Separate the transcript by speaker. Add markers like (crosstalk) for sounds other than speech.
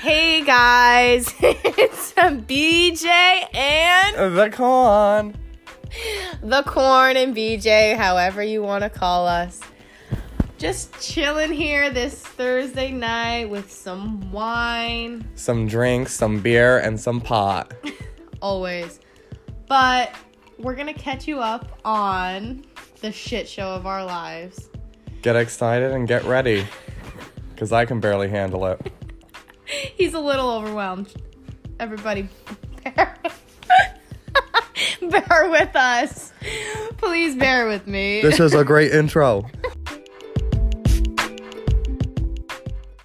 Speaker 1: Hey guys, (laughs) it's um, BJ and
Speaker 2: The con.
Speaker 1: the corn and BJ, however you want to call us. Just chilling here this Thursday night with some wine,
Speaker 2: Some drinks, some beer, and some pot.
Speaker 1: always. But we're gonna catch you up on the shit show of our lives. (laughs)
Speaker 2: Get excited and get ready. Because I can barely handle it.
Speaker 1: He's a little overwhelmed. Everybody, (laughs) bear, bear with us. Please bear with me. (laughs)
Speaker 2: is a great intro.